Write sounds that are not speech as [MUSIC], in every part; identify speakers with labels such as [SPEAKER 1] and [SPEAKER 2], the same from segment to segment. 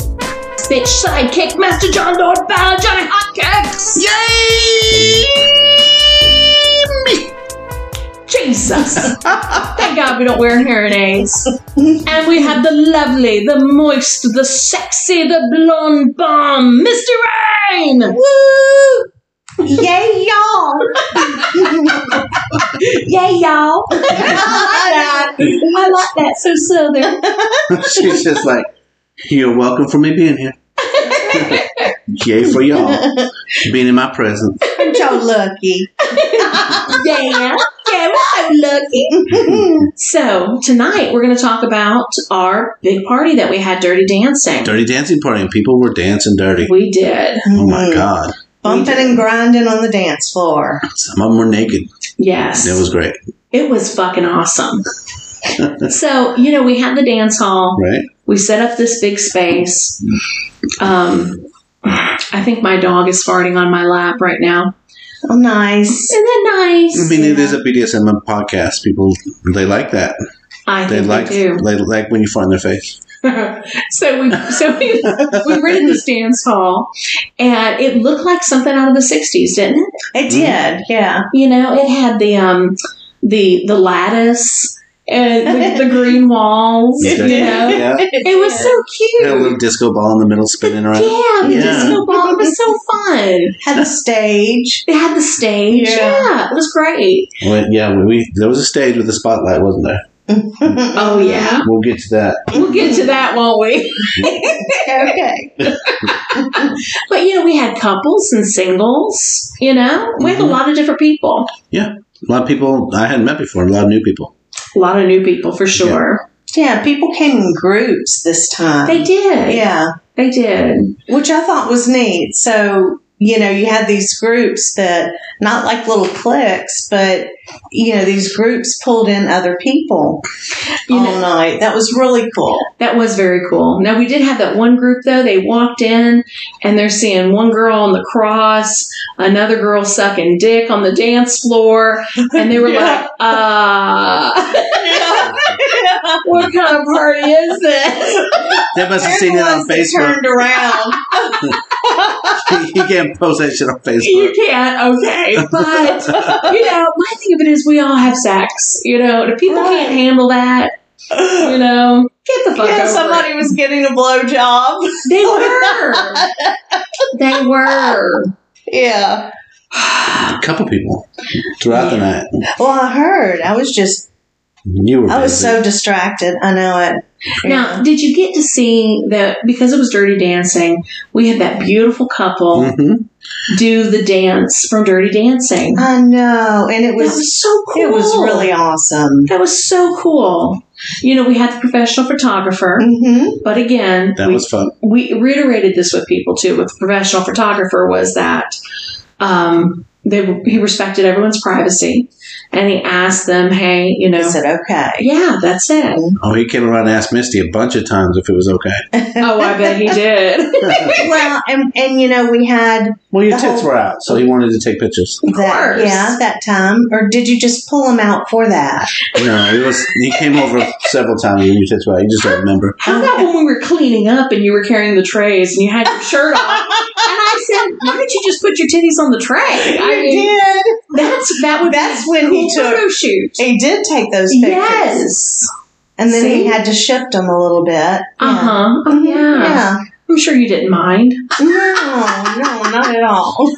[SPEAKER 1] axe bitch sidekick, Master John Lord Bow, Johnny Hotcakes!
[SPEAKER 2] [LAUGHS]
[SPEAKER 3] Yay! Me!
[SPEAKER 1] Jesus! Thank God we don't wear hearing aids. and we have the lovely, the moist, the sexy, the blonde bomb, Mr. Rain!
[SPEAKER 2] Woo! Yay, y'all! Yay, y'all! I like that. I like that. So southern.
[SPEAKER 3] [LAUGHS] She's just like, you're welcome for me
[SPEAKER 1] [LAUGHS]
[SPEAKER 3] being here. Yay for y'all being in my presence.
[SPEAKER 2] Aren't y'all lucky?
[SPEAKER 1] Yeah!
[SPEAKER 2] Yeah, we're so lucky.
[SPEAKER 1] So, tonight we're going to talk about our big party that we had Dirty Dancing.
[SPEAKER 3] Dirty dancing party, and people were dancing dirty.
[SPEAKER 1] We did.
[SPEAKER 3] Oh
[SPEAKER 1] Mm-hmm.
[SPEAKER 3] my god!
[SPEAKER 2] Hmm. Bumping and grinding on the dance floor.
[SPEAKER 3] Some of them were naked.
[SPEAKER 1] Yes.
[SPEAKER 3] It was great,
[SPEAKER 1] It was fucking awesome. so, you know, we had the dance hall.
[SPEAKER 3] right?
[SPEAKER 1] We set up this big space. Um, I think my dog is farting on my lap right now.
[SPEAKER 2] Oh, nice.
[SPEAKER 1] Isn't that nice?
[SPEAKER 3] I mean, it is a BDSM podcast. People they like that.
[SPEAKER 1] I
[SPEAKER 3] They
[SPEAKER 1] think
[SPEAKER 3] like
[SPEAKER 1] they do.
[SPEAKER 3] they like when you fart in their face.
[SPEAKER 1] [LAUGHS] so we so we we were in this dance hall, and it looked like something out of the '60s, didn't it?
[SPEAKER 3] Hmm.
[SPEAKER 2] It did, yeah.
[SPEAKER 1] You know, it had the um the the lattice and the, the
[SPEAKER 3] [LAUGHS]
[SPEAKER 1] green walls. You know,
[SPEAKER 3] Yeah.
[SPEAKER 1] [LAUGHS] it was so cute.
[SPEAKER 3] Had a little disco ball in the middle spinning around.
[SPEAKER 1] Yeah, the
[SPEAKER 3] Yeah.
[SPEAKER 1] disco ball. It was so fun.
[SPEAKER 2] Had a stage.
[SPEAKER 1] They had the stage.
[SPEAKER 2] Yeah.
[SPEAKER 1] yeah it was great.
[SPEAKER 3] Well, yeah, we, we there was a stage with a spotlight, wasn't there?
[SPEAKER 1] Oh yeah.
[SPEAKER 3] We'll get to that.
[SPEAKER 1] We'll get to that, won't we?
[SPEAKER 2] [LAUGHS]
[SPEAKER 1] [LAUGHS]
[SPEAKER 2] okay.
[SPEAKER 1] But you know, we had couples and singles. You know, we had a
[SPEAKER 2] Mm-hmm.
[SPEAKER 3] Mhm.
[SPEAKER 1] lot of different people,
[SPEAKER 3] A lot of people I hadn't met before. A lot of new people.
[SPEAKER 1] a lot of new people for sure.
[SPEAKER 2] Yeah, people came in groups this time.
[SPEAKER 1] They did,
[SPEAKER 2] Yeah,
[SPEAKER 1] they did.
[SPEAKER 2] which I thought was neat. So, you know, you had these groups that, not like little cliques, but, you know, these groups pulled in other people
[SPEAKER 1] You
[SPEAKER 2] all
[SPEAKER 1] know,
[SPEAKER 2] night. That was really cool.
[SPEAKER 1] that was very cool. Now we did have that one group though. They walked in and they're seeing one girl on the cross, another girl sucking dick on the dance floor, and they were
[SPEAKER 2] [LAUGHS] Yeah.
[SPEAKER 1] like,
[SPEAKER 2] [LAUGHS]
[SPEAKER 1] "Uh, [LAUGHS] what kind of party is this?"
[SPEAKER 3] They must have seen it on
[SPEAKER 2] Everyone's
[SPEAKER 3] Facebook.
[SPEAKER 2] Turned [LAUGHS] around.
[SPEAKER 3] you can't post that shit on
[SPEAKER 1] You
[SPEAKER 3] Facebook.
[SPEAKER 1] can't, okay.
[SPEAKER 3] [LAUGHS]
[SPEAKER 1] But, you know, my thing of it is we all have sex. You know, and if people
[SPEAKER 2] Right.
[SPEAKER 1] can't handle that, you know, get the fuck
[SPEAKER 2] yeah,
[SPEAKER 1] over
[SPEAKER 2] somebody
[SPEAKER 1] it.
[SPEAKER 2] was getting a blowjob. [LAUGHS]
[SPEAKER 1] They were. they
[SPEAKER 3] [SIGHS]
[SPEAKER 1] were.
[SPEAKER 2] Yeah.
[SPEAKER 3] A couple people throughout the night.
[SPEAKER 2] Well, I heard. I was just,
[SPEAKER 3] You were.
[SPEAKER 2] I was
[SPEAKER 3] busy.
[SPEAKER 2] so distracted. I know it.
[SPEAKER 1] Now, did you get to see that because it was Dirty Dancing, we had that beautiful couple
[SPEAKER 3] Mhm.
[SPEAKER 1] do the dance from Dirty Dancing? That
[SPEAKER 2] I know. And it Uh, was,
[SPEAKER 1] was so cool.
[SPEAKER 2] it was really awesome.
[SPEAKER 1] That was so cool. You know, we had the professional photographer,
[SPEAKER 2] hmm
[SPEAKER 1] but again,
[SPEAKER 3] Mm. That
[SPEAKER 1] we
[SPEAKER 3] was fun.
[SPEAKER 1] we reiterated this with people too with the professional photographer was that um, they he respected everyone's privacy and he asked them hey you know
[SPEAKER 2] Is it okay?
[SPEAKER 1] yeah that's it
[SPEAKER 3] Oh, he came around and asked Misty a bunch of times if it was okay.
[SPEAKER 1] oh i bet he did
[SPEAKER 2] well, and, and you know, we had
[SPEAKER 3] Well, your
[SPEAKER 2] The
[SPEAKER 3] tits
[SPEAKER 2] whole-
[SPEAKER 3] were out, so he wanted to take pictures.
[SPEAKER 1] [LAUGHS] Of
[SPEAKER 2] that,
[SPEAKER 1] course.
[SPEAKER 2] yeah, that time, or did you just pull them out for that?
[SPEAKER 3] No, it was. He came over several times and your tits were out. You just don't remember.
[SPEAKER 1] how about when we were cleaning up and you were carrying the trays and you had your
[SPEAKER 2] [LAUGHS]
[SPEAKER 1] shirt on and i said why don't you just put your titties on the tray i mean
[SPEAKER 2] did.
[SPEAKER 1] that's that would
[SPEAKER 2] That's
[SPEAKER 1] be a
[SPEAKER 2] when
[SPEAKER 1] cool
[SPEAKER 2] he took.
[SPEAKER 1] photo shoot
[SPEAKER 2] He did take those pictures,
[SPEAKER 1] yes
[SPEAKER 2] and then
[SPEAKER 1] See?
[SPEAKER 2] he had to shift them a little bit. Yeah.
[SPEAKER 1] uh-huh oh
[SPEAKER 2] Mhm,
[SPEAKER 1] yeah. i'm sure you didn't mind
[SPEAKER 2] yeah. No, no, not at [LAUGHS] all.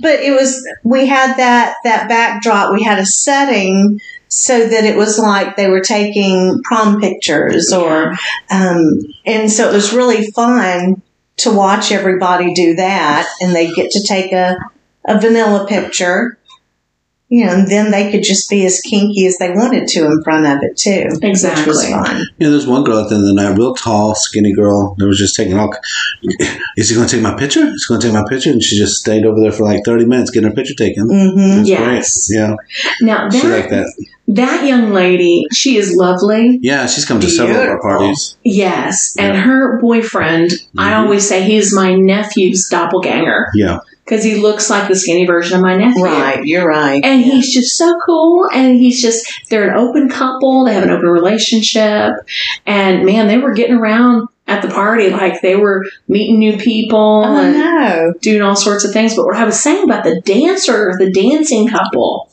[SPEAKER 2] but it was we had that that backdrop. We had a setting so that it was like they were taking prom pictures or Um, and so it was really fun to watch everybody do that, and they get to take a, a vanilla picture. You know, and then they could just be as kinky as they wanted to in front of it too, which
[SPEAKER 1] exactly
[SPEAKER 2] was fun.
[SPEAKER 3] Yeah, there's one girl at the end of the night, real tall, skinny girl, that was just taking all. Is he going to take my picture? Is he going to take my picture? And she just stayed over there for like 30 minutes getting her picture taken.
[SPEAKER 2] Mm-hmm.
[SPEAKER 3] That's
[SPEAKER 1] Yes.
[SPEAKER 3] great. Yeah,
[SPEAKER 1] now
[SPEAKER 3] she liked that.
[SPEAKER 1] That young lady, she is lovely.
[SPEAKER 3] Yeah, she's come to several of our
[SPEAKER 2] Beautiful.
[SPEAKER 3] parties.
[SPEAKER 1] Yes. And
[SPEAKER 3] Yeah.
[SPEAKER 1] her boyfriend, I
[SPEAKER 3] Mhm.
[SPEAKER 1] always say he's my nephew's doppelganger
[SPEAKER 3] Yeah,
[SPEAKER 1] because he looks like the skinny version of my nephew.
[SPEAKER 2] Right, you're right.
[SPEAKER 1] And he's just so cool. And he's just, they're an open couple. They have an open relationship. And man, they were getting around at the party. Like they were meeting new people
[SPEAKER 2] Oh
[SPEAKER 1] and [LAUGHS]
[SPEAKER 2] no.
[SPEAKER 1] doing all sorts of things. But what I was saying about the dancer, the dancing couple,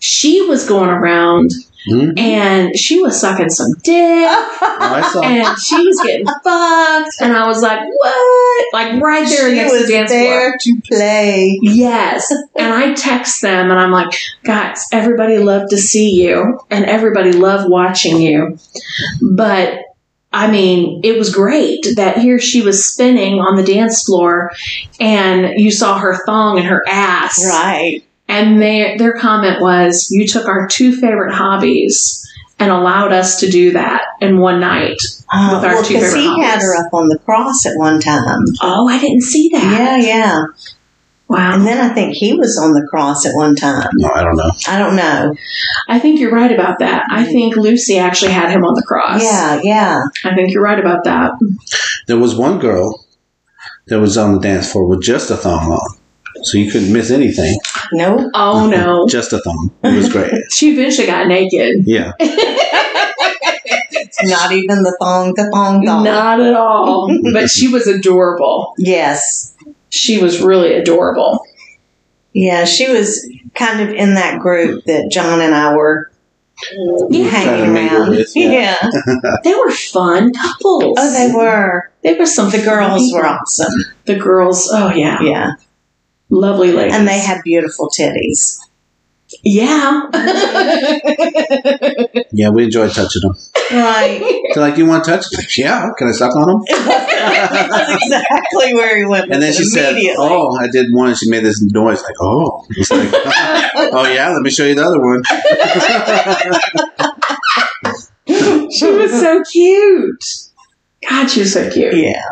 [SPEAKER 1] she was going around
[SPEAKER 3] Hmm?
[SPEAKER 1] and she was sucking some dick
[SPEAKER 3] Oh, I saw.
[SPEAKER 1] and she was
[SPEAKER 2] [LAUGHS]
[SPEAKER 1] getting fucked. And I was like, what? Like right there
[SPEAKER 2] she
[SPEAKER 1] against
[SPEAKER 2] was
[SPEAKER 1] the dance floor.
[SPEAKER 2] there to play.
[SPEAKER 1] Yes. And I text them and I'm like, guys, everybody loved to see you and everybody loved watching you. But I mean, it was great that here she was spinning on the dance floor and you saw her thong and her ass.
[SPEAKER 2] Right.
[SPEAKER 1] And their, their comment was, you took our two favorite hobbies and allowed us to do that in one night.
[SPEAKER 2] Uh,
[SPEAKER 1] With our
[SPEAKER 2] well,
[SPEAKER 1] two
[SPEAKER 2] because
[SPEAKER 1] favorite
[SPEAKER 2] he had
[SPEAKER 1] hobbies.
[SPEAKER 2] her up on the cross at one time.
[SPEAKER 1] Oh, I didn't see that.
[SPEAKER 2] Yeah, yeah. And
[SPEAKER 1] Wow.
[SPEAKER 2] then I think he was on the cross at one time.
[SPEAKER 3] No, I don't know.
[SPEAKER 2] I don't know.
[SPEAKER 1] I think you're right about that. I think Lucy actually had him on the cross.
[SPEAKER 2] Mm-hmm. Yeah, yeah.
[SPEAKER 1] I think you're right about that.
[SPEAKER 3] There was one girl that was on the dance floor with just a thong on, so you couldn't miss anything.
[SPEAKER 2] No.
[SPEAKER 1] Oh no.
[SPEAKER 3] [LAUGHS] just a thong. It was great.
[SPEAKER 1] She eventually got naked.
[SPEAKER 3] Yeah,
[SPEAKER 2] Not even the thong, the thong, thong.
[SPEAKER 1] Not at
[SPEAKER 2] [LAUGHS]
[SPEAKER 1] all. but she was adorable.
[SPEAKER 2] Yes.
[SPEAKER 1] She was really adorable.
[SPEAKER 2] Yeah, she was kind of in that group that John and I were
[SPEAKER 1] Yeah.
[SPEAKER 3] Trying
[SPEAKER 2] hanging
[SPEAKER 3] to mingle
[SPEAKER 2] around.
[SPEAKER 3] with, yeah.
[SPEAKER 2] yeah.
[SPEAKER 1] They were fun couples.
[SPEAKER 2] Oh, they were.
[SPEAKER 1] They were some
[SPEAKER 2] The girls were awesome.
[SPEAKER 1] The girls, oh yeah.
[SPEAKER 2] Yeah.
[SPEAKER 1] Lovely ladies.
[SPEAKER 2] And they had beautiful titties.
[SPEAKER 1] Yeah. [LAUGHS]
[SPEAKER 3] yeah, we enjoyed touching them.
[SPEAKER 2] Right. [LAUGHS]
[SPEAKER 3] They're like, "You want to touch?" Yeah, can I suck on them?
[SPEAKER 2] That's exactly where he went. With
[SPEAKER 3] And then
[SPEAKER 2] it
[SPEAKER 3] she said,
[SPEAKER 2] immediately.
[SPEAKER 3] "Oh, I did one." And she made this noise like, "Oh." It's like, [LAUGHS] "Oh yeah, let me show you the other
[SPEAKER 2] [LAUGHS]
[SPEAKER 3] one."
[SPEAKER 1] she was so cute. God, she was so
[SPEAKER 3] "Oh."
[SPEAKER 1] cute.
[SPEAKER 2] Yeah.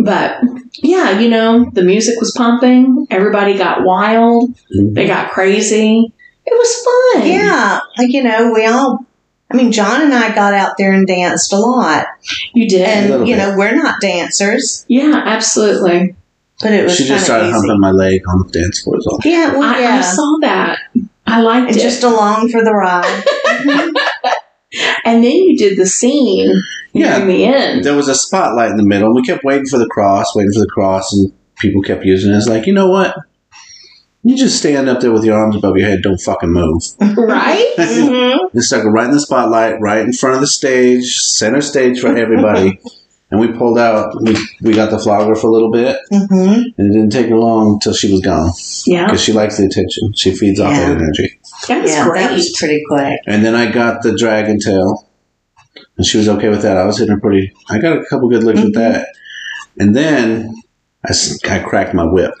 [SPEAKER 1] But yeah, you know, the music was pumping. Everybody got wild. They got crazy. It was fun.
[SPEAKER 2] Yeah. Like, you know, we all, I mean, John and I got out there and danced a lot.
[SPEAKER 1] You did.
[SPEAKER 2] And,
[SPEAKER 3] little
[SPEAKER 2] you
[SPEAKER 3] bit.
[SPEAKER 2] know, we're not dancers,
[SPEAKER 1] yeah, absolutely.
[SPEAKER 2] but it was
[SPEAKER 3] She just
[SPEAKER 2] kinda
[SPEAKER 3] started
[SPEAKER 2] easy.
[SPEAKER 3] humping my leg on the dance floor. is all.
[SPEAKER 2] Yeah. Well,
[SPEAKER 1] I, I
[SPEAKER 2] yeah.
[SPEAKER 1] saw that. I liked
[SPEAKER 2] and
[SPEAKER 1] it.
[SPEAKER 2] just along for the
[SPEAKER 1] [LAUGHS]
[SPEAKER 2] ride. Mm-hmm.
[SPEAKER 1] and then you did the scene
[SPEAKER 3] Yeah.
[SPEAKER 1] in the end.
[SPEAKER 3] There was a spotlight in the middle, and we kept waiting for the cross, waiting for the cross, and people kept using it. It's like, you know what? You just stand up there with your arms above your head, don't fucking move.
[SPEAKER 1] Right?
[SPEAKER 2] Mhm.
[SPEAKER 3] They stuck it right in the spotlight, right in front of the stage, center stage for everybody. and we pulled out. We, we got the flogger for a little bit,
[SPEAKER 2] Mhm.
[SPEAKER 3] and it didn't take her long till she was gone
[SPEAKER 1] Yeah.
[SPEAKER 3] because she likes the attention. She feeds off
[SPEAKER 2] Yeah.
[SPEAKER 3] that energy.
[SPEAKER 1] That was
[SPEAKER 2] Yeah,
[SPEAKER 1] great.
[SPEAKER 2] that was pretty quick.
[SPEAKER 3] And then I got the dragon tail, and she was okay with that. I was hitting her pretty. I got a couple good looks
[SPEAKER 2] Mm-hmm.
[SPEAKER 3] with that, and then I, s- I cracked my whip,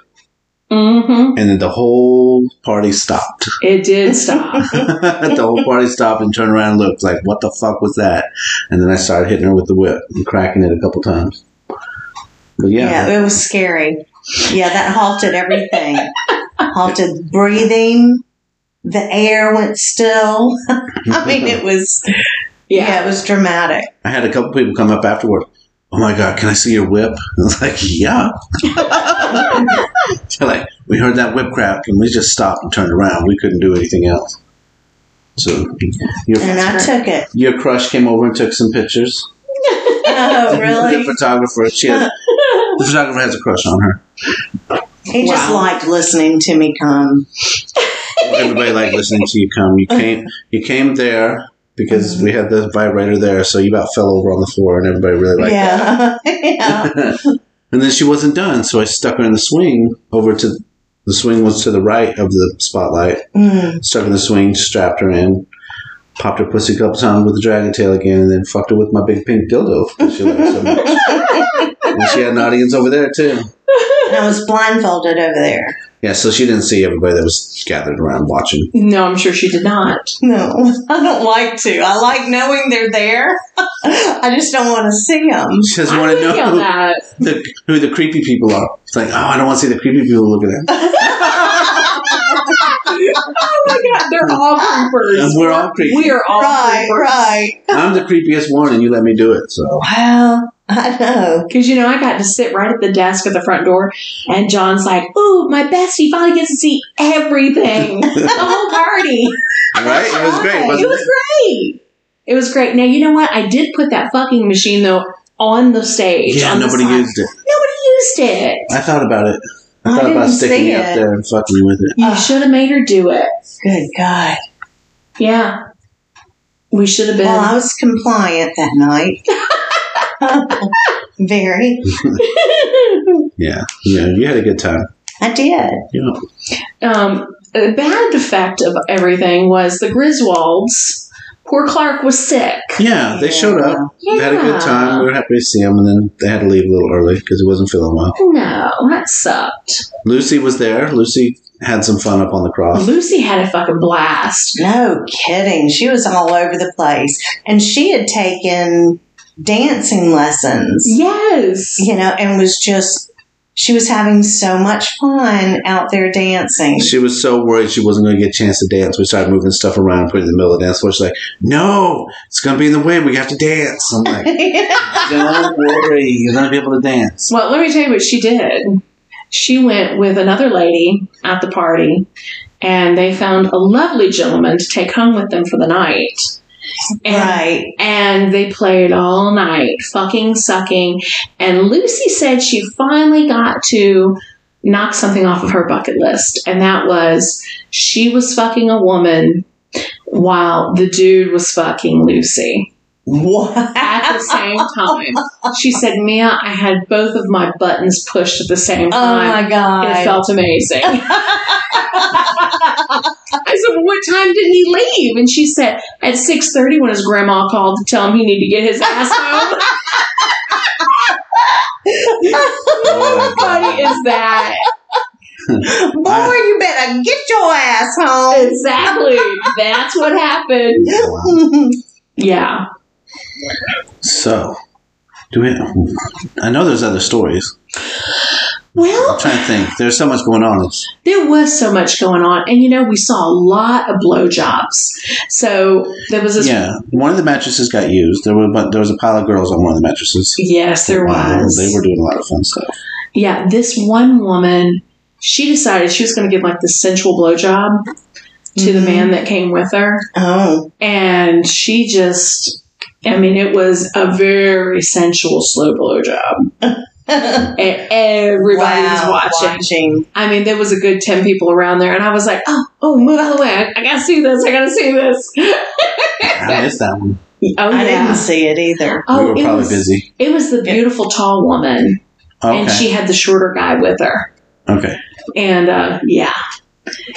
[SPEAKER 1] hmm
[SPEAKER 3] and then the whole party stopped. [LAUGHS]
[SPEAKER 1] It
[SPEAKER 2] [LAUGHS]
[SPEAKER 1] did stop.
[SPEAKER 3] the whole party stopped and turned around and looked like, what the fuck was that? And then I started hitting her with the whip and cracking it a couple times. But yeah, [LAUGHS]
[SPEAKER 2] Yeah. it was scary. Yeah, that halted everything. halted breathing. The air went still. I mean, it was yeah.
[SPEAKER 1] Yeah.
[SPEAKER 2] it was dramatic.
[SPEAKER 3] I had a couple people come up afterward. Oh my god, can I see your whip? [LAUGHS] I was like, yeah. [LAUGHS] They're like, we heard that whip crack and we just stopped and turned around. We couldn't do anything else. So your
[SPEAKER 2] And I took it.
[SPEAKER 3] your crush came over and took some pictures.
[SPEAKER 2] Oh, really?
[SPEAKER 3] The photographer, she had, the photographer has a crush on her.
[SPEAKER 2] He just
[SPEAKER 1] Wow.
[SPEAKER 2] liked listening to me come.
[SPEAKER 3] everybody liked listening to you come. You came you came there because we had the vibrator there, so you about fell over on the floor and everybody really liked it.
[SPEAKER 2] yeah. [LAUGHS]
[SPEAKER 1] [LAUGHS]
[SPEAKER 2] yeah.
[SPEAKER 3] And then she wasn't done, so I stuck her in the swing over to the swing was to the right of the spotlight.
[SPEAKER 2] Mm.
[SPEAKER 3] Stuck in the swing, strapped her in, popped her pussy cups on with the dragon tail again, and then fucked her with my big pink dildo. that
[SPEAKER 1] [LAUGHS]
[SPEAKER 3] She liked so much. and she had an audience over there too.
[SPEAKER 2] And I was blindfolded over there.
[SPEAKER 3] Yeah, so she didn't see everybody that was gathered around watching. [LAUGHS]
[SPEAKER 1] No, I'm sure she did not.
[SPEAKER 2] No, [LAUGHS] I don't like to. I like knowing they're there. [LAUGHS] I just don't want to see them.
[SPEAKER 3] She just
[SPEAKER 1] I
[SPEAKER 3] want to
[SPEAKER 1] would feel
[SPEAKER 3] know
[SPEAKER 1] that.
[SPEAKER 3] the, who the creepy people are. It's like, oh, I don't want to see the creepy people looking at me.
[SPEAKER 1] Oh my god, they're all creepers.
[SPEAKER 3] [LAUGHS] And we're all creepy.
[SPEAKER 1] We are all
[SPEAKER 2] Right,
[SPEAKER 1] creepers.
[SPEAKER 2] right.
[SPEAKER 3] I'm the creepiest one, and you let me do it. So
[SPEAKER 2] Well, I know.
[SPEAKER 1] Because you know, I got to sit right at the desk at the front door, and John's like, "Ooh, my bestie finally gets to see
[SPEAKER 3] [LAUGHS]
[SPEAKER 1] everything, the whole party."
[SPEAKER 3] all right, it was great.
[SPEAKER 1] It
[SPEAKER 3] Wasn't it?
[SPEAKER 1] was great. It was great. Now you know what? I did put that fucking machine though on the stage.
[SPEAKER 3] yeah,
[SPEAKER 1] on the
[SPEAKER 3] nobody
[SPEAKER 1] side.
[SPEAKER 3] used it.
[SPEAKER 1] Nobody used it.
[SPEAKER 3] I thought about it. I
[SPEAKER 2] I
[SPEAKER 3] thought about
[SPEAKER 2] didn't
[SPEAKER 3] sticking
[SPEAKER 2] see
[SPEAKER 3] it up
[SPEAKER 2] it.
[SPEAKER 3] there and fucking with it.
[SPEAKER 1] You
[SPEAKER 2] Ugh.
[SPEAKER 1] should have made her do it.
[SPEAKER 2] Good God.
[SPEAKER 1] Yeah. We should have been.
[SPEAKER 2] Well, I was compliant that [LAUGHS] night. Very.
[SPEAKER 3] Yeah, yeah, you had a good time.
[SPEAKER 2] I did.
[SPEAKER 1] [LAUGHS]
[SPEAKER 3] Yeah,
[SPEAKER 1] um, a bad effect of everything was the Griswolds. Poor Clark was sick.
[SPEAKER 3] yeah, they showed up.
[SPEAKER 1] Yeah.
[SPEAKER 3] They had a good time. We were happy to see them, and then they had to leave a little early because he wasn't feeling well.
[SPEAKER 1] No, that sucked.
[SPEAKER 3] Lucy was there. Lucy had some fun up on the cross.
[SPEAKER 1] Lucy had a fucking blast.
[SPEAKER 2] No kidding. She was all over the place. And she had taken dancing lessons,
[SPEAKER 1] Yes.
[SPEAKER 2] you know, and was just, she was having so much fun out there [LAUGHS] dancing.
[SPEAKER 3] She was so worried she wasn't going to get a chance to dance. We started moving stuff around, putting it in the middle of the dance floor. She's like, "No, it's going to be in the way. We have to dance."
[SPEAKER 2] [LAUGHS]
[SPEAKER 3] I'm like, "Don't worry, you're going to be able to dance."
[SPEAKER 1] Well, let me tell you what she did. She went with another lady at the party, and they found a lovely gentleman to take home with them for the night. And,
[SPEAKER 2] right. [LAUGHS]
[SPEAKER 1] and they played all night, fucking sucking. And Lucy said she finally got to knock something off of her bucket list, and that was she was fucking a woman while the dude was fucking Lucy at
[SPEAKER 2] What?
[SPEAKER 1] the same time. She said, Mia, I had both of my buttons pushed at the same
[SPEAKER 2] Oh
[SPEAKER 1] time.
[SPEAKER 2] my God.
[SPEAKER 1] it felt amazing. I said, well, what time did he leave? And she said, at 6.30 when his grandma called to tell him he needed to get his ass
[SPEAKER 2] [LAUGHS]
[SPEAKER 1] home.
[SPEAKER 2] [LAUGHS]
[SPEAKER 3] Oh, my
[SPEAKER 1] Funny [LAUGHS]
[SPEAKER 3] God.
[SPEAKER 1] is that?
[SPEAKER 2] Boy, you better get your ass home.
[SPEAKER 1] Exactly. That's what happened.
[SPEAKER 3] Wow.
[SPEAKER 2] [LAUGHS]
[SPEAKER 1] Yeah.
[SPEAKER 3] So, do we? I know there's other stories. I'm
[SPEAKER 1] Well,
[SPEAKER 3] trying to think. There's so much going on. It's
[SPEAKER 1] there was so much going on. And, you know, we saw a lot of blowjobs. So there was this.
[SPEAKER 3] yeah, one of the mattresses got used. There were but there was a pile of girls on one of the mattresses.
[SPEAKER 1] Yes, there
[SPEAKER 3] Wow,
[SPEAKER 1] was.
[SPEAKER 3] They were doing a lot of
[SPEAKER 1] [LAUGHS]
[SPEAKER 3] fun stuff.
[SPEAKER 1] Yeah, this one woman, she decided she was going to give like this sensual blowjob to the
[SPEAKER 2] Mhm.
[SPEAKER 1] man that came with her.
[SPEAKER 2] Oh,
[SPEAKER 1] And she just, I mean, it was a very sensual, slow blowjob.
[SPEAKER 2] everybody
[SPEAKER 1] And everybody was watching. I mean, there was a good 10 people around there. And I was like, oh, oh, move out of the way. I, I got to see this. I got to see this. [LAUGHS]
[SPEAKER 3] I missed that one.
[SPEAKER 1] Oh,
[SPEAKER 2] I didn't
[SPEAKER 1] yeah.
[SPEAKER 2] see it either.
[SPEAKER 1] Oh,
[SPEAKER 3] we were
[SPEAKER 1] it
[SPEAKER 3] probably
[SPEAKER 1] was,
[SPEAKER 3] busy.
[SPEAKER 1] It was the
[SPEAKER 2] Yeah.
[SPEAKER 1] beautiful tall woman.
[SPEAKER 3] Okay.
[SPEAKER 1] And she had the shorter guy with her.
[SPEAKER 3] okay.
[SPEAKER 1] And uh, yeah.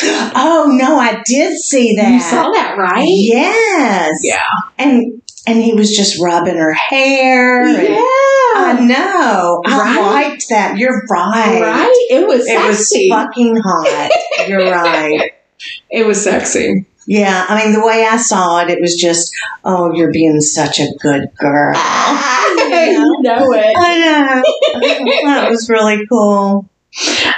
[SPEAKER 2] Oh no, I did see that.
[SPEAKER 1] You saw that, right?
[SPEAKER 2] Yes.
[SPEAKER 1] Yeah.
[SPEAKER 2] And and he was just rubbing her hair. and-
[SPEAKER 1] Yeah.
[SPEAKER 2] I know. I
[SPEAKER 1] Right?
[SPEAKER 2] liked that. You're right.
[SPEAKER 1] Right? It was
[SPEAKER 2] It was
[SPEAKER 1] sexy. It was,
[SPEAKER 2] fucking [LAUGHS] hot. You're right.
[SPEAKER 1] [LAUGHS] sexy.
[SPEAKER 2] Yeah, I mean the way I saw it, it was just, oh, you're being such a good girl. [LAUGHS]
[SPEAKER 1] you know it.
[SPEAKER 2] I know.
[SPEAKER 1] [LAUGHS]
[SPEAKER 2] that was really cool. [LAUGHS]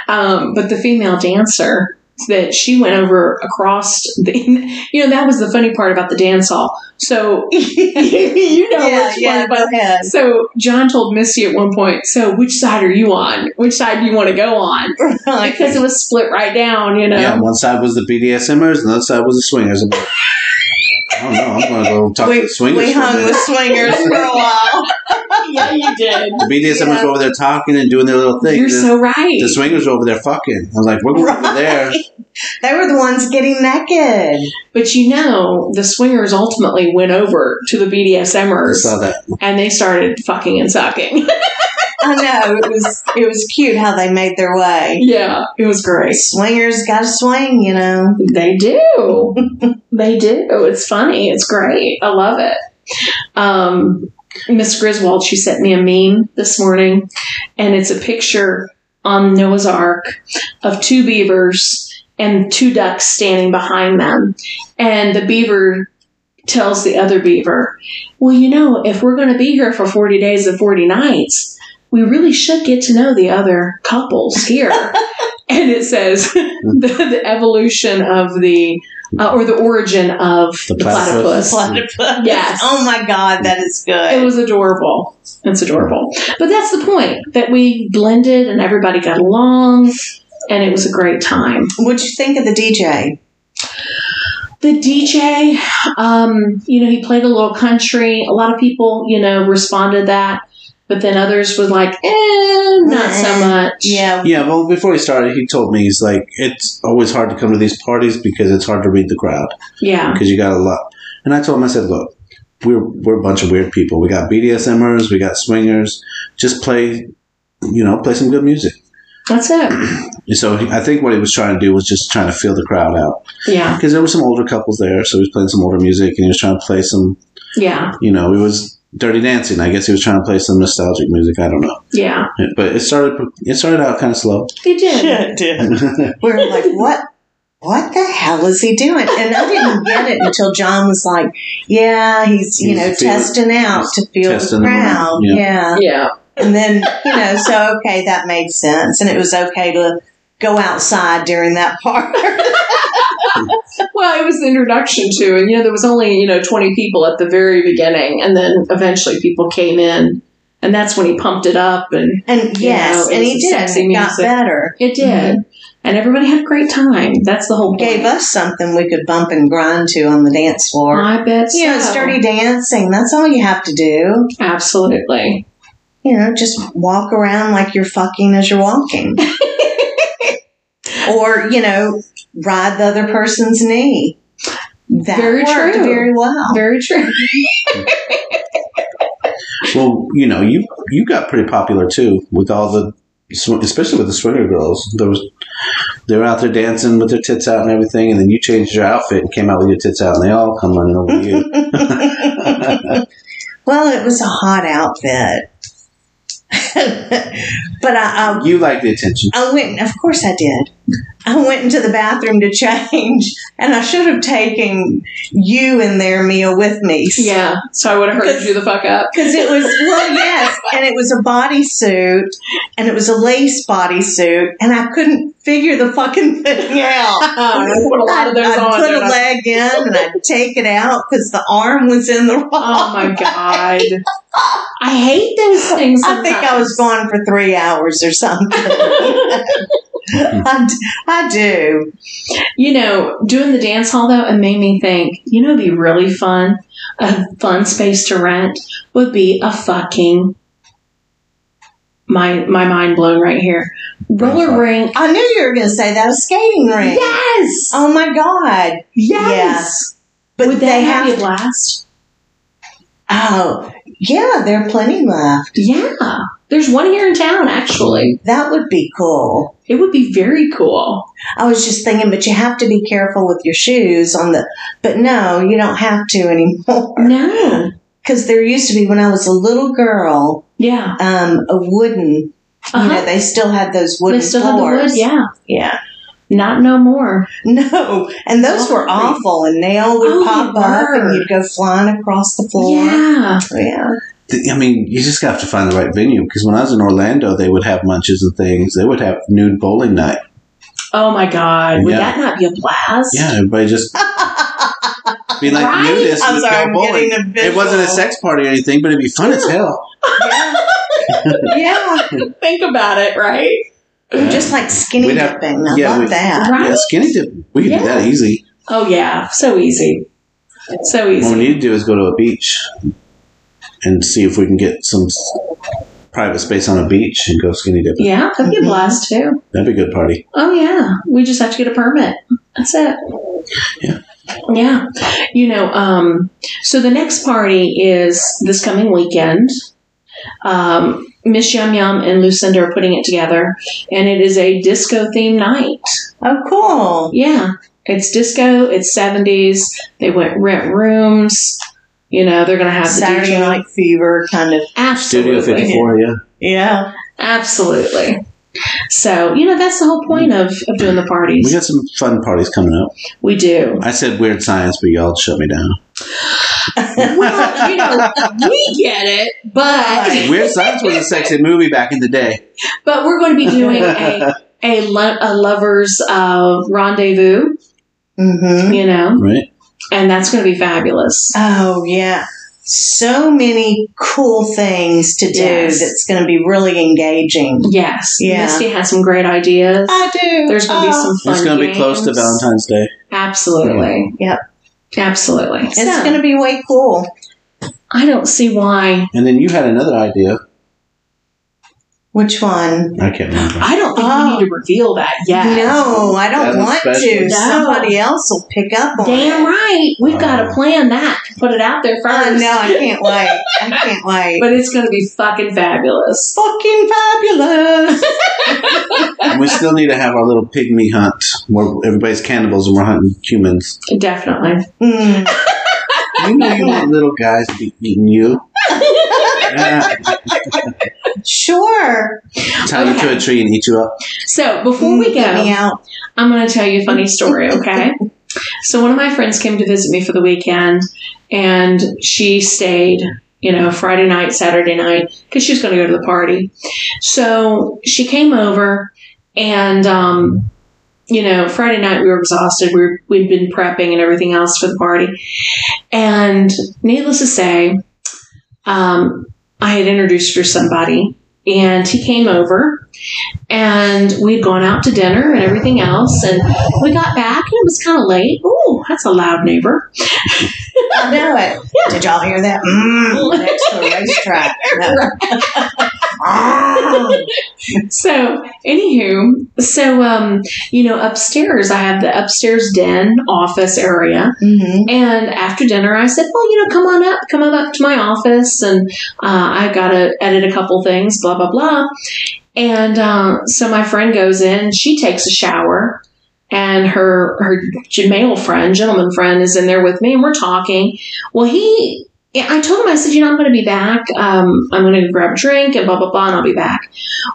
[SPEAKER 1] Um, but the female dancer that she went over across the [LAUGHS] you know, that was the funny part about the dance hall. So [LAUGHS] you know
[SPEAKER 2] yeah,
[SPEAKER 1] which
[SPEAKER 2] yeah,
[SPEAKER 1] one but
[SPEAKER 2] go ahead.
[SPEAKER 1] so John told Missy at one point, so which side are you on? Which side do you want to go on?
[SPEAKER 2] [LAUGHS]
[SPEAKER 1] Because it was split right down, you know.
[SPEAKER 3] Yeah, one side was the BDSMers, and the other side was the swingers. I'm like, I don't know. I'm going to go talk to
[SPEAKER 2] we,
[SPEAKER 3] the swingers.
[SPEAKER 2] we
[SPEAKER 3] for a
[SPEAKER 2] hung
[SPEAKER 3] minute.
[SPEAKER 2] with swingers
[SPEAKER 1] [LAUGHS]
[SPEAKER 2] for a while. [LAUGHS]
[SPEAKER 1] Yeah, you did.
[SPEAKER 3] the BDSMers
[SPEAKER 2] Yeah.
[SPEAKER 3] were over there talking and doing their little thing.
[SPEAKER 1] You're
[SPEAKER 3] the,
[SPEAKER 1] so right.
[SPEAKER 3] the swingers were over there fucking. I was like, we're
[SPEAKER 1] [LAUGHS]
[SPEAKER 3] going over
[SPEAKER 2] Right.
[SPEAKER 3] there.
[SPEAKER 2] They were the ones getting naked.
[SPEAKER 1] But you know, the swingers ultimately went over to the
[SPEAKER 3] I
[SPEAKER 1] BDSMers
[SPEAKER 3] saw that.
[SPEAKER 1] and they started fucking and sucking. [LAUGHS]
[SPEAKER 2] I know it was it was cute how they made their way.
[SPEAKER 1] yeah, it was great.
[SPEAKER 2] Swingers got to swing, you know.
[SPEAKER 1] They [LAUGHS] do. they do. It's funny. It's great. I love it. Um, Miss Griswold, she sent me a meme this morning, and it's a picture on Noah's Ark of two beavers and two ducks standing behind them. And the beaver tells the other beaver, Well, you know, if we're going to be here for 40 days and 40 nights, we really should get to know the other couples here. and it says [LAUGHS] the, the evolution of the, uh, or the origin of
[SPEAKER 3] The
[SPEAKER 1] the,
[SPEAKER 3] platypus.
[SPEAKER 1] platypus.
[SPEAKER 2] Platypus.
[SPEAKER 1] Yes.
[SPEAKER 2] Oh my God, that is
[SPEAKER 1] It
[SPEAKER 2] good.
[SPEAKER 1] was adorable. It's adorable. But that's the point that we blended and everybody got along and it was a great time.
[SPEAKER 2] What'd you think of the DJ?
[SPEAKER 1] The DJ, um, you know, he played a little country. A lot of people, you know, responded that. But then others was like, eh, not so much.
[SPEAKER 2] Yeah.
[SPEAKER 3] Yeah, well, before he started, he told me he's like, it's always hard to come to these parties because it's hard to read the crowd
[SPEAKER 1] Yeah.
[SPEAKER 3] because you got a lot. And I told him, I said, look, we're we're a bunch of weird people. We got BDSMers, we got swingers. Just play, you know, play some good music.
[SPEAKER 1] That's it.
[SPEAKER 3] And so he- I think what he was trying to do was just trying to feel the crowd out
[SPEAKER 1] Yeah.
[SPEAKER 3] because there were some older couples there, so he was playing some older music and he was trying to play some,
[SPEAKER 1] Yeah.
[SPEAKER 3] you know, it was Dirty Dancing. I guess he was trying to play some nostalgic music. I don't know,
[SPEAKER 1] Yeah.
[SPEAKER 3] but it started it started out kind of slow. [LAUGHS]
[SPEAKER 1] They did.
[SPEAKER 2] We were like, what? What the hell is he doing? And I didn't get it until John was like, yeah, he's, you
[SPEAKER 3] He's
[SPEAKER 2] know,
[SPEAKER 3] feeling-
[SPEAKER 2] testing out to feel
[SPEAKER 3] testing
[SPEAKER 2] the
[SPEAKER 3] the
[SPEAKER 2] crowd.
[SPEAKER 3] mind, yeah.
[SPEAKER 2] yeah.
[SPEAKER 1] Yeah.
[SPEAKER 2] And then, you know, so okay, that made sense. And it was okay to go outside during that part. [LAUGHS]
[SPEAKER 1] Well, it was the introduction to, and you know, there was only, you know, 20 people at the very beginning, and then eventually people came in, and that's when he pumped it up, and
[SPEAKER 2] and
[SPEAKER 1] You know,
[SPEAKER 2] yes,
[SPEAKER 1] it
[SPEAKER 2] and
[SPEAKER 1] was
[SPEAKER 2] he
[SPEAKER 1] the
[SPEAKER 2] did.
[SPEAKER 1] sexy
[SPEAKER 2] It got
[SPEAKER 1] music.
[SPEAKER 2] better.
[SPEAKER 1] it did. And everybody had a great time. That's the whole point.
[SPEAKER 2] Gave us something we could bump and grind to on the dance floor.
[SPEAKER 1] I bet
[SPEAKER 2] You know, it's
[SPEAKER 1] so.
[SPEAKER 2] dirty dancing. That's all you have to do.
[SPEAKER 1] Absolutely.
[SPEAKER 2] You know, just walk around like you're fucking as
[SPEAKER 1] [LAUGHS]
[SPEAKER 2] you're walking. or, you know, ride the other person's knee. That
[SPEAKER 1] Very
[SPEAKER 2] worked
[SPEAKER 1] true.
[SPEAKER 2] very well.
[SPEAKER 1] Very true.
[SPEAKER 3] Well, you know, you you got pretty popular too with all the, sw- especially with the swinger girls. There was they were out there dancing with their tits out and everything, and then you changed your outfit and came out with your tits out, and they all come running over
[SPEAKER 2] [LAUGHS]
[SPEAKER 3] you.
[SPEAKER 2] Well, it was a hot outfit. [LAUGHS] but I, I,
[SPEAKER 3] you like the attention.
[SPEAKER 2] I went, of course I did. I went into the bathroom to [LAUGHS] change, and I should have taken you in there, Mia, with me.
[SPEAKER 1] Yeah. So I would have heard
[SPEAKER 2] Because-
[SPEAKER 1] you the fuck
[SPEAKER 2] [LAUGHS]
[SPEAKER 1] up.
[SPEAKER 2] Because it was, well, yes, and it was a bodysuit, and it was a lace bodysuit, and I couldn't figure the fucking thing out.
[SPEAKER 1] Uh, [LAUGHS] I put a lot of those
[SPEAKER 2] I'd,
[SPEAKER 1] on.
[SPEAKER 2] I'd put
[SPEAKER 1] didn't
[SPEAKER 2] a
[SPEAKER 1] I?
[SPEAKER 2] leg in and I'd take it out because the arm was in the wrong.
[SPEAKER 1] Oh my god. I hate those things.
[SPEAKER 2] [LAUGHS] I think I was
[SPEAKER 1] sometimes.
[SPEAKER 2] gone for three hours or something. [LAUGHS] I, d- I do.
[SPEAKER 1] You know, doing the dance hall though, it made me think, you know, it'd be really fun. A fun space to rent would be a fucking my my mind blown right here. Roller rink.
[SPEAKER 2] I knew you were going to say that a skating rink.
[SPEAKER 1] Yes.
[SPEAKER 2] Oh my God.
[SPEAKER 1] yes.
[SPEAKER 2] But
[SPEAKER 1] Would
[SPEAKER 2] they
[SPEAKER 1] that
[SPEAKER 2] have.
[SPEAKER 1] be a blast?
[SPEAKER 2] oh, yeah, there are plenty left.
[SPEAKER 1] Yeah. There's one here in town actually.
[SPEAKER 2] That would be cool.
[SPEAKER 1] It would be very cool.
[SPEAKER 2] I was just thinking, but you have to be careful with your shoes on the. But no, you don't have to [LAUGHS] anymore.
[SPEAKER 1] No.
[SPEAKER 2] Because there used to be, when I was a little girl,
[SPEAKER 1] Yeah.
[SPEAKER 2] um, a wooden.
[SPEAKER 1] Uh-huh.
[SPEAKER 2] You know, they still had those wooden
[SPEAKER 1] They still have the
[SPEAKER 2] floors.
[SPEAKER 1] wood, yeah.
[SPEAKER 2] yeah. [LAUGHS]
[SPEAKER 1] Not no more.
[SPEAKER 2] No, and those were
[SPEAKER 1] Awful.
[SPEAKER 2] awful, and nail would
[SPEAKER 1] Oh,
[SPEAKER 2] pop
[SPEAKER 1] they
[SPEAKER 2] up,
[SPEAKER 1] were.
[SPEAKER 2] and you'd go flying across the floor.
[SPEAKER 1] Yeah.
[SPEAKER 2] Yeah.
[SPEAKER 3] Th- I mean, you just have to find the right venue because when I was in Orlando, they would have munches and things. They would have nude bowling night.
[SPEAKER 2] [LAUGHS]
[SPEAKER 1] Oh my God! Would
[SPEAKER 3] Yeah.
[SPEAKER 1] that not be a blast?
[SPEAKER 3] Yeah, everybody just be like
[SPEAKER 1] Right?
[SPEAKER 3] nudist
[SPEAKER 2] I'm
[SPEAKER 3] and
[SPEAKER 2] sorry,
[SPEAKER 3] go
[SPEAKER 2] I'm
[SPEAKER 3] bowling.
[SPEAKER 2] getting a visual.
[SPEAKER 3] It wasn't a sex party or anything, but it'd be fun as hell.
[SPEAKER 2] [LAUGHS] Yeah, yeah.
[SPEAKER 1] Think about it, right?
[SPEAKER 2] Ooh, just like skinny
[SPEAKER 3] We'd have-
[SPEAKER 2] dipping. I
[SPEAKER 3] yeah,
[SPEAKER 2] love
[SPEAKER 3] we-
[SPEAKER 2] that.
[SPEAKER 1] Right?
[SPEAKER 3] Yeah, skinny dip. We could do that easy.
[SPEAKER 1] Oh yeah, so easy, so
[SPEAKER 3] What
[SPEAKER 1] easy.
[SPEAKER 3] we need to do is go to a beach and see if we can get some s- private space on a beach and go skinny dipping.
[SPEAKER 1] Yeah, that'd be a
[SPEAKER 2] Mhm.
[SPEAKER 1] blast too.
[SPEAKER 3] That'd be a good party.
[SPEAKER 1] Oh yeah, we just have to get a permit. That's it.
[SPEAKER 3] Yeah.
[SPEAKER 1] Yeah. You know, um, so the next party is this coming weekend. Um, Miss Yum Yum and Lucinda are putting it together, and it is a disco themed night.
[SPEAKER 2] Oh, cool.
[SPEAKER 1] Yeah, it's disco. It's seventies. They went rent rooms. You know they're gonna have the
[SPEAKER 2] Saturday
[SPEAKER 1] DJ.
[SPEAKER 2] Night Fever kind of.
[SPEAKER 3] Studio
[SPEAKER 1] Absolutely,
[SPEAKER 3] 54, yeah.
[SPEAKER 2] Yeah.
[SPEAKER 1] absolutely. So you know that's the whole point of, of doing the
[SPEAKER 3] We
[SPEAKER 1] parties.
[SPEAKER 3] got some fun parties coming up.
[SPEAKER 1] We
[SPEAKER 3] [LAUGHS]
[SPEAKER 1] do.
[SPEAKER 3] I said weird science, but y'all shut me down.
[SPEAKER 1] Well, you know we get it, but
[SPEAKER 3] Weird science was a sexy movie back in the day.
[SPEAKER 1] [LAUGHS] but we're going to be doing
[SPEAKER 3] [LAUGHS]
[SPEAKER 1] a a, lo- a lovers uh, rendezvous.
[SPEAKER 2] Mm-hmm.
[SPEAKER 1] You know,
[SPEAKER 3] Right?
[SPEAKER 1] and that's going to be fabulous.
[SPEAKER 2] Oh yeah. So many cool things to do.
[SPEAKER 1] Yes.
[SPEAKER 2] That's going to be really engaging.
[SPEAKER 1] Yes,
[SPEAKER 2] Yeah.
[SPEAKER 1] Misty has some great ideas.
[SPEAKER 2] I do.
[SPEAKER 1] There's going to be
[SPEAKER 2] Oh.
[SPEAKER 1] some fun.
[SPEAKER 3] It's going to be close to
[SPEAKER 1] games.
[SPEAKER 3] Valentine's Day.
[SPEAKER 1] Absolutely.
[SPEAKER 2] Mm-hmm. Yep.
[SPEAKER 1] Absolutely.
[SPEAKER 2] It's going to be way cool.
[SPEAKER 1] I don't see why.
[SPEAKER 3] And then you had another idea
[SPEAKER 2] Which one?
[SPEAKER 3] I can't remember.
[SPEAKER 1] I don't think
[SPEAKER 2] Oh.
[SPEAKER 1] we need to reveal that yet.
[SPEAKER 2] No, I don't
[SPEAKER 3] That was
[SPEAKER 2] want
[SPEAKER 3] special.
[SPEAKER 1] No.
[SPEAKER 2] to. Somebody else will pick up on
[SPEAKER 1] Damn
[SPEAKER 2] it.
[SPEAKER 1] right. We've got to
[SPEAKER 3] Oh.
[SPEAKER 1] plan that. Put it out there
[SPEAKER 2] I
[SPEAKER 1] first.
[SPEAKER 2] know, I can't wait. I can't wait.
[SPEAKER 1] But it's going to be fucking fabulous.
[SPEAKER 2] Fucking fabulous.
[SPEAKER 3] And we still need to have our little pygmy hunt where everybody's cannibals and we're hunting humans.
[SPEAKER 1] Definitely.
[SPEAKER 2] Mm.
[SPEAKER 3] You know you want little guys to be
[SPEAKER 1] [LAUGHS]
[SPEAKER 3] eating you. Yeah,
[SPEAKER 2] Sure.
[SPEAKER 3] tie you to a tree and eat you up.
[SPEAKER 1] So before we
[SPEAKER 2] Mm, Get me
[SPEAKER 1] go,
[SPEAKER 2] out.
[SPEAKER 1] I'm going to tell you a funny story, okay? so one of my friends came to visit me for the weekend and she stayed, you know, Friday night, Saturday night, because she was going to go to the party. So she came over and, um, you know, Friday night we were exhausted. We were, we'd been prepping and everything else for the party. And needless to say, um, I had introduced her to somebody and he came over and we'd gone out to dinner and everything else and we got back and it was kind of late ooh that's a loud neighbor
[SPEAKER 2] I know it. Did y'all hear that? Mm, next to
[SPEAKER 1] [LAUGHS]
[SPEAKER 2] a racetrack. [LAUGHS] Ah. No.
[SPEAKER 1] so anywho so um you know upstairs i have the upstairs den office area
[SPEAKER 2] Mhm.
[SPEAKER 1] and after dinner i said well you know come on up come on up to my office and uh, i gotta edit a couple things blah blah blah and uh, so my friend goes in she takes a shower and her her g- male friend gentleman friend is in there with me and we're talking well he yeah, I told him, I said, you know, I'm going to be back. Um, I'm going to grab a drink and blah, blah, blah, and I'll be back.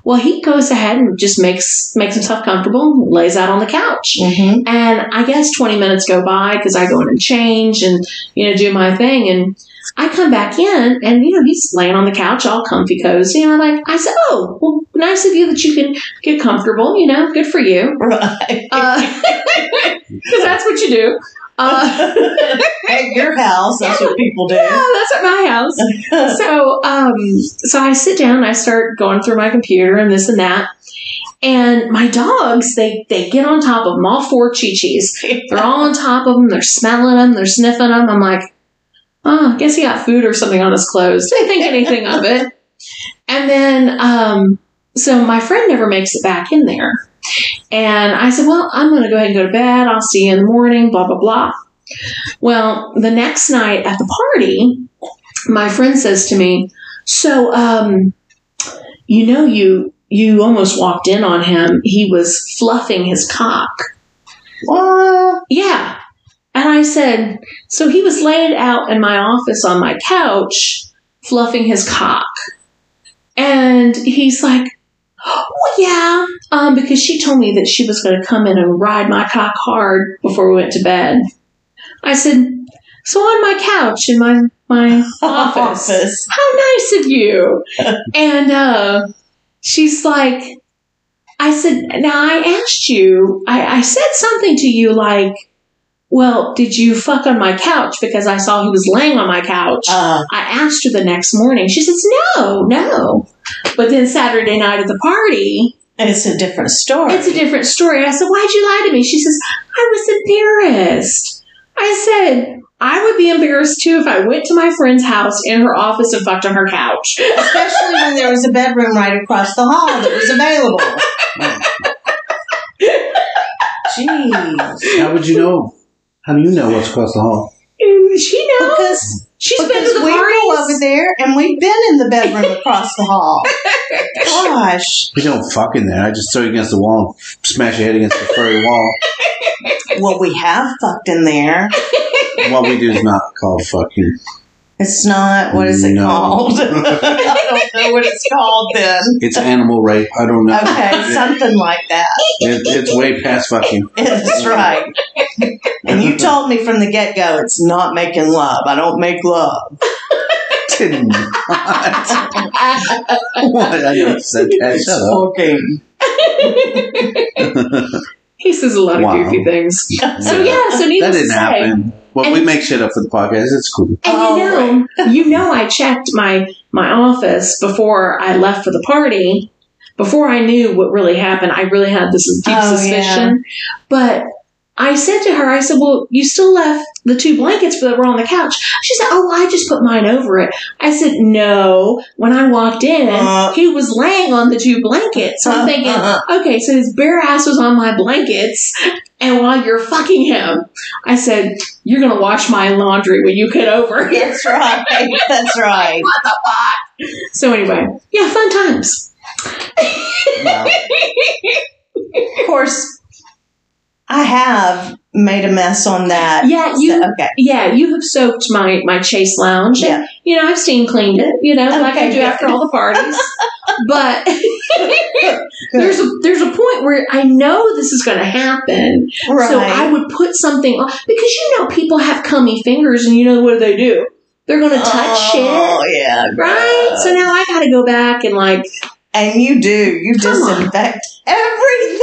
[SPEAKER 1] Well, he goes ahead and just makes, makes himself comfortable, lays out on the couch.
[SPEAKER 2] Mhm.
[SPEAKER 1] And I guess 20 minutes go by because I go in and change and, you know, do my thing. And I come back in and, you know, he's laying on the couch all comfy cozy. And I'm like, I said, oh, well, nice of you that you can get comfortable, you know, good for you.
[SPEAKER 2] [LAUGHS] Right.
[SPEAKER 1] [LAUGHS] Because that's what you do. Uh,
[SPEAKER 2] [LAUGHS] At your house, that's what people do.
[SPEAKER 1] yeah, that's at my house. so um so I sit down, I start going through my computer and this and that. And my dogs, they they get on top of them, all four chichis. They're all on top of them, they're smelling them, they're sniffing them. I'm like, oh, I guess he got food or something on his clothes. Didn't think anything of it. And then um so my friend never makes it back in there. And I said, Well, I'm gonna go ahead and go to bed, I'll see you in the morning, blah blah blah. Well, the next night at the party, my friend says to me, "So, um, you know, you you almost walked in on him. He was fluffing his cock."
[SPEAKER 2] What?
[SPEAKER 1] Yeah, and I said, "So he was laid out in my office on my couch, fluffing his cock," and he's like. Well, yeah, um, because she told me that she was going to come in and ride my cock hard before we went to bed. I said, so on my couch in my my office
[SPEAKER 2] Office.
[SPEAKER 1] how nice of you. and uh, she's like, I said, now I asked you, I, I said something to you like, well, did you fuck on my couch? Because I saw he was laying on my couch.
[SPEAKER 2] Uh,
[SPEAKER 1] I asked her the next morning. She says, no, no. But then Saturday night at the party,
[SPEAKER 2] it's a different story.
[SPEAKER 1] it's a different story. I said, why'd you lie to me? She says, I was embarrassed. I said, I would be embarrassed too if I went to my friend's house in her office and fucked on her couch.
[SPEAKER 2] Especially when there was a bedroom right across the hall that was available. Jeez.
[SPEAKER 3] How would you know? How do you know what's across the hall?
[SPEAKER 1] Ooh, She knows.
[SPEAKER 2] Because,
[SPEAKER 1] She's been to
[SPEAKER 2] because
[SPEAKER 1] the
[SPEAKER 2] we go over
[SPEAKER 1] parties.
[SPEAKER 2] there and we've been in the bedroom across the hall. Gosh.
[SPEAKER 3] We don't fuck in there. I just throw you against the wall and smash your head against the furry wall.
[SPEAKER 2] Well, we have fucked in there.
[SPEAKER 3] What we do is not called fucking.
[SPEAKER 2] It's not, what is it [LAUGHS]
[SPEAKER 3] No.
[SPEAKER 2] called? I don't know what it's called then.
[SPEAKER 3] It's animal rape. I don't know. [LAUGHS]
[SPEAKER 2] Okay, something like that.
[SPEAKER 3] It, it's way past fucking.
[SPEAKER 2] That's right. And you told me from the get go, it's not making love. I don't make love.
[SPEAKER 3] Did not. [LAUGHS] What? I never said that. Shut up.
[SPEAKER 2] fucking.
[SPEAKER 1] He says a lot of
[SPEAKER 3] Wow.
[SPEAKER 1] goofy things. So yeah, so
[SPEAKER 3] that
[SPEAKER 1] needless to
[SPEAKER 3] didn't
[SPEAKER 1] say,
[SPEAKER 3] happen. Well, we
[SPEAKER 1] And-
[SPEAKER 3] make shit up for the podcast. It's cool.
[SPEAKER 1] and
[SPEAKER 2] Oh,
[SPEAKER 1] you know, you know, I checked my my office before I left for the party. Before I knew what really happened, I really had this deep
[SPEAKER 2] Oh, yeah.
[SPEAKER 1] suspicion. But I said to her, I said, Well, you still left the two blankets that were on the couch. She said, Oh, I just put mine over it. I said, No. When I walked in,
[SPEAKER 2] Uh.
[SPEAKER 1] he was laying on the two blankets. I'm thinking,
[SPEAKER 2] Uh,
[SPEAKER 1] Okay, so his bare ass was on my blankets, and while you're fucking him, I said, You're gonna wash my laundry when you get over [LAUGHS] here.
[SPEAKER 2] [LAUGHS] That's right. That's right.
[SPEAKER 1] What the fuck? So, anyway, yeah, fun times.
[SPEAKER 3] Wow.
[SPEAKER 2] Of course, I have made a mess on that.
[SPEAKER 1] Yeah, you.
[SPEAKER 2] So, okay.
[SPEAKER 1] Yeah, you have soaked my, my chase lounge. and,
[SPEAKER 2] Yeah.
[SPEAKER 1] You know, I've steam cleaned it, you know, like I
[SPEAKER 2] Okay,
[SPEAKER 1] do
[SPEAKER 2] good.
[SPEAKER 1] after all the
[SPEAKER 2] [LAUGHS]
[SPEAKER 1] parties. but there's a there's a point where I know this is gonna happen.
[SPEAKER 2] right.
[SPEAKER 1] So I would put something on because you know people have cummy fingers and you know what do they do? They're gonna touch
[SPEAKER 2] oh,
[SPEAKER 1] shit.
[SPEAKER 2] yeah.
[SPEAKER 1] Right?
[SPEAKER 2] gross.
[SPEAKER 1] So now I gotta go back and like
[SPEAKER 2] and you do. You
[SPEAKER 1] Come on.
[SPEAKER 2] disinfect everything.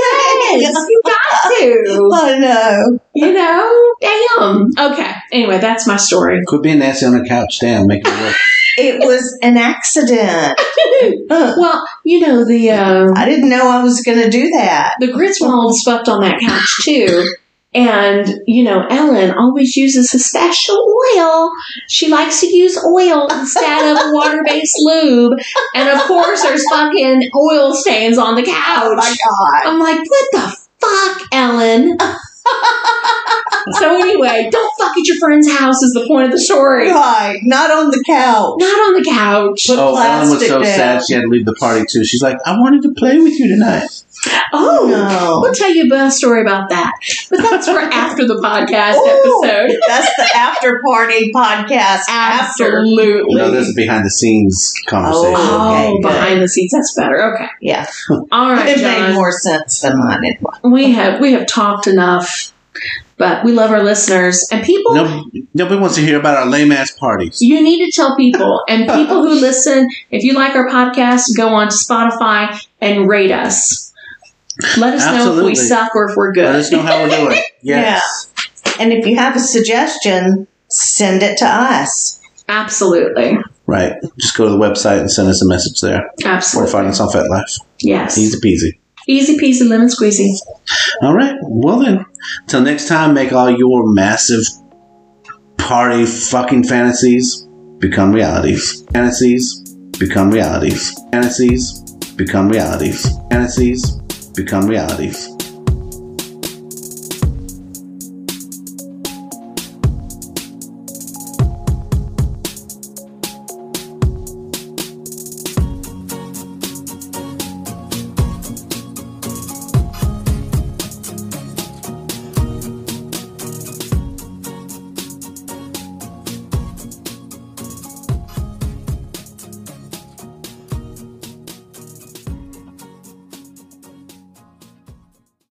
[SPEAKER 1] Yes, you got to.
[SPEAKER 2] I know.
[SPEAKER 1] You know? Damn. Okay. Anyway, that's my story. [LAUGHS]
[SPEAKER 3] Quit being nasty on the couch. Damn, make it work.
[SPEAKER 2] It was an accident. Uh,
[SPEAKER 1] well, you know the uh,
[SPEAKER 2] I didn't know I was going to do that.
[SPEAKER 1] the Griswolds fucked on that couch too. And, you know, Ellen always uses a special oil. She likes to use oil instead of water based lube. And of course, there's fucking oil stains on the couch.
[SPEAKER 2] God.
[SPEAKER 1] I'm like, what the fuck, Ellen? [LAUGHS] so, anyway, don't fuck at your friend's house, is the point of the story. Not
[SPEAKER 2] Right. Not on the couch.
[SPEAKER 1] on the couch.
[SPEAKER 2] Put
[SPEAKER 3] Oh, Ellen was
[SPEAKER 2] plastic
[SPEAKER 3] so
[SPEAKER 2] down.
[SPEAKER 3] sad she had to leave the party too. She's like, I wanted to play with you tonight.
[SPEAKER 1] Oh,
[SPEAKER 2] No.
[SPEAKER 1] we'll tell you a story about that. But that's
[SPEAKER 2] [LAUGHS]
[SPEAKER 1] for after the podcast
[SPEAKER 2] Ooh.
[SPEAKER 1] episode.
[SPEAKER 2] That's the after party podcast. After.
[SPEAKER 1] Absolutely.
[SPEAKER 3] No, that's a behind the scenes conversation.
[SPEAKER 1] Oh,
[SPEAKER 2] Okay, good.
[SPEAKER 1] behind the scenes. That's better. Okay.
[SPEAKER 2] Yeah.
[SPEAKER 1] All right,
[SPEAKER 2] It made
[SPEAKER 1] John.
[SPEAKER 2] more sense than mine. It was.
[SPEAKER 1] We have we have talked enough, but we love our listeners and people.
[SPEAKER 3] No, nobody wants to hear about our lame ass parties.
[SPEAKER 1] You need to tell people and people who listen. If you like our podcast, go on to Spotify and rate us. Let us know if
[SPEAKER 3] Absolutely.
[SPEAKER 1] we suck or if we're
[SPEAKER 3] Let
[SPEAKER 1] good.
[SPEAKER 3] us know how we're doing. Yes.
[SPEAKER 2] And if you have a suggestion, send it to us.
[SPEAKER 1] Absolutely,
[SPEAKER 3] Right. Just go to the website and send us a message there. Or
[SPEAKER 1] absolutely.
[SPEAKER 3] find us on FetLife.
[SPEAKER 1] Yes,
[SPEAKER 3] Easy peasy.
[SPEAKER 1] easy peasy lemon squeezy.
[SPEAKER 3] All right. Well then, till next time, make all your massive party fucking fantasies become realities. Fantasies become realities. Fantasies become realities. Fantasies become realities.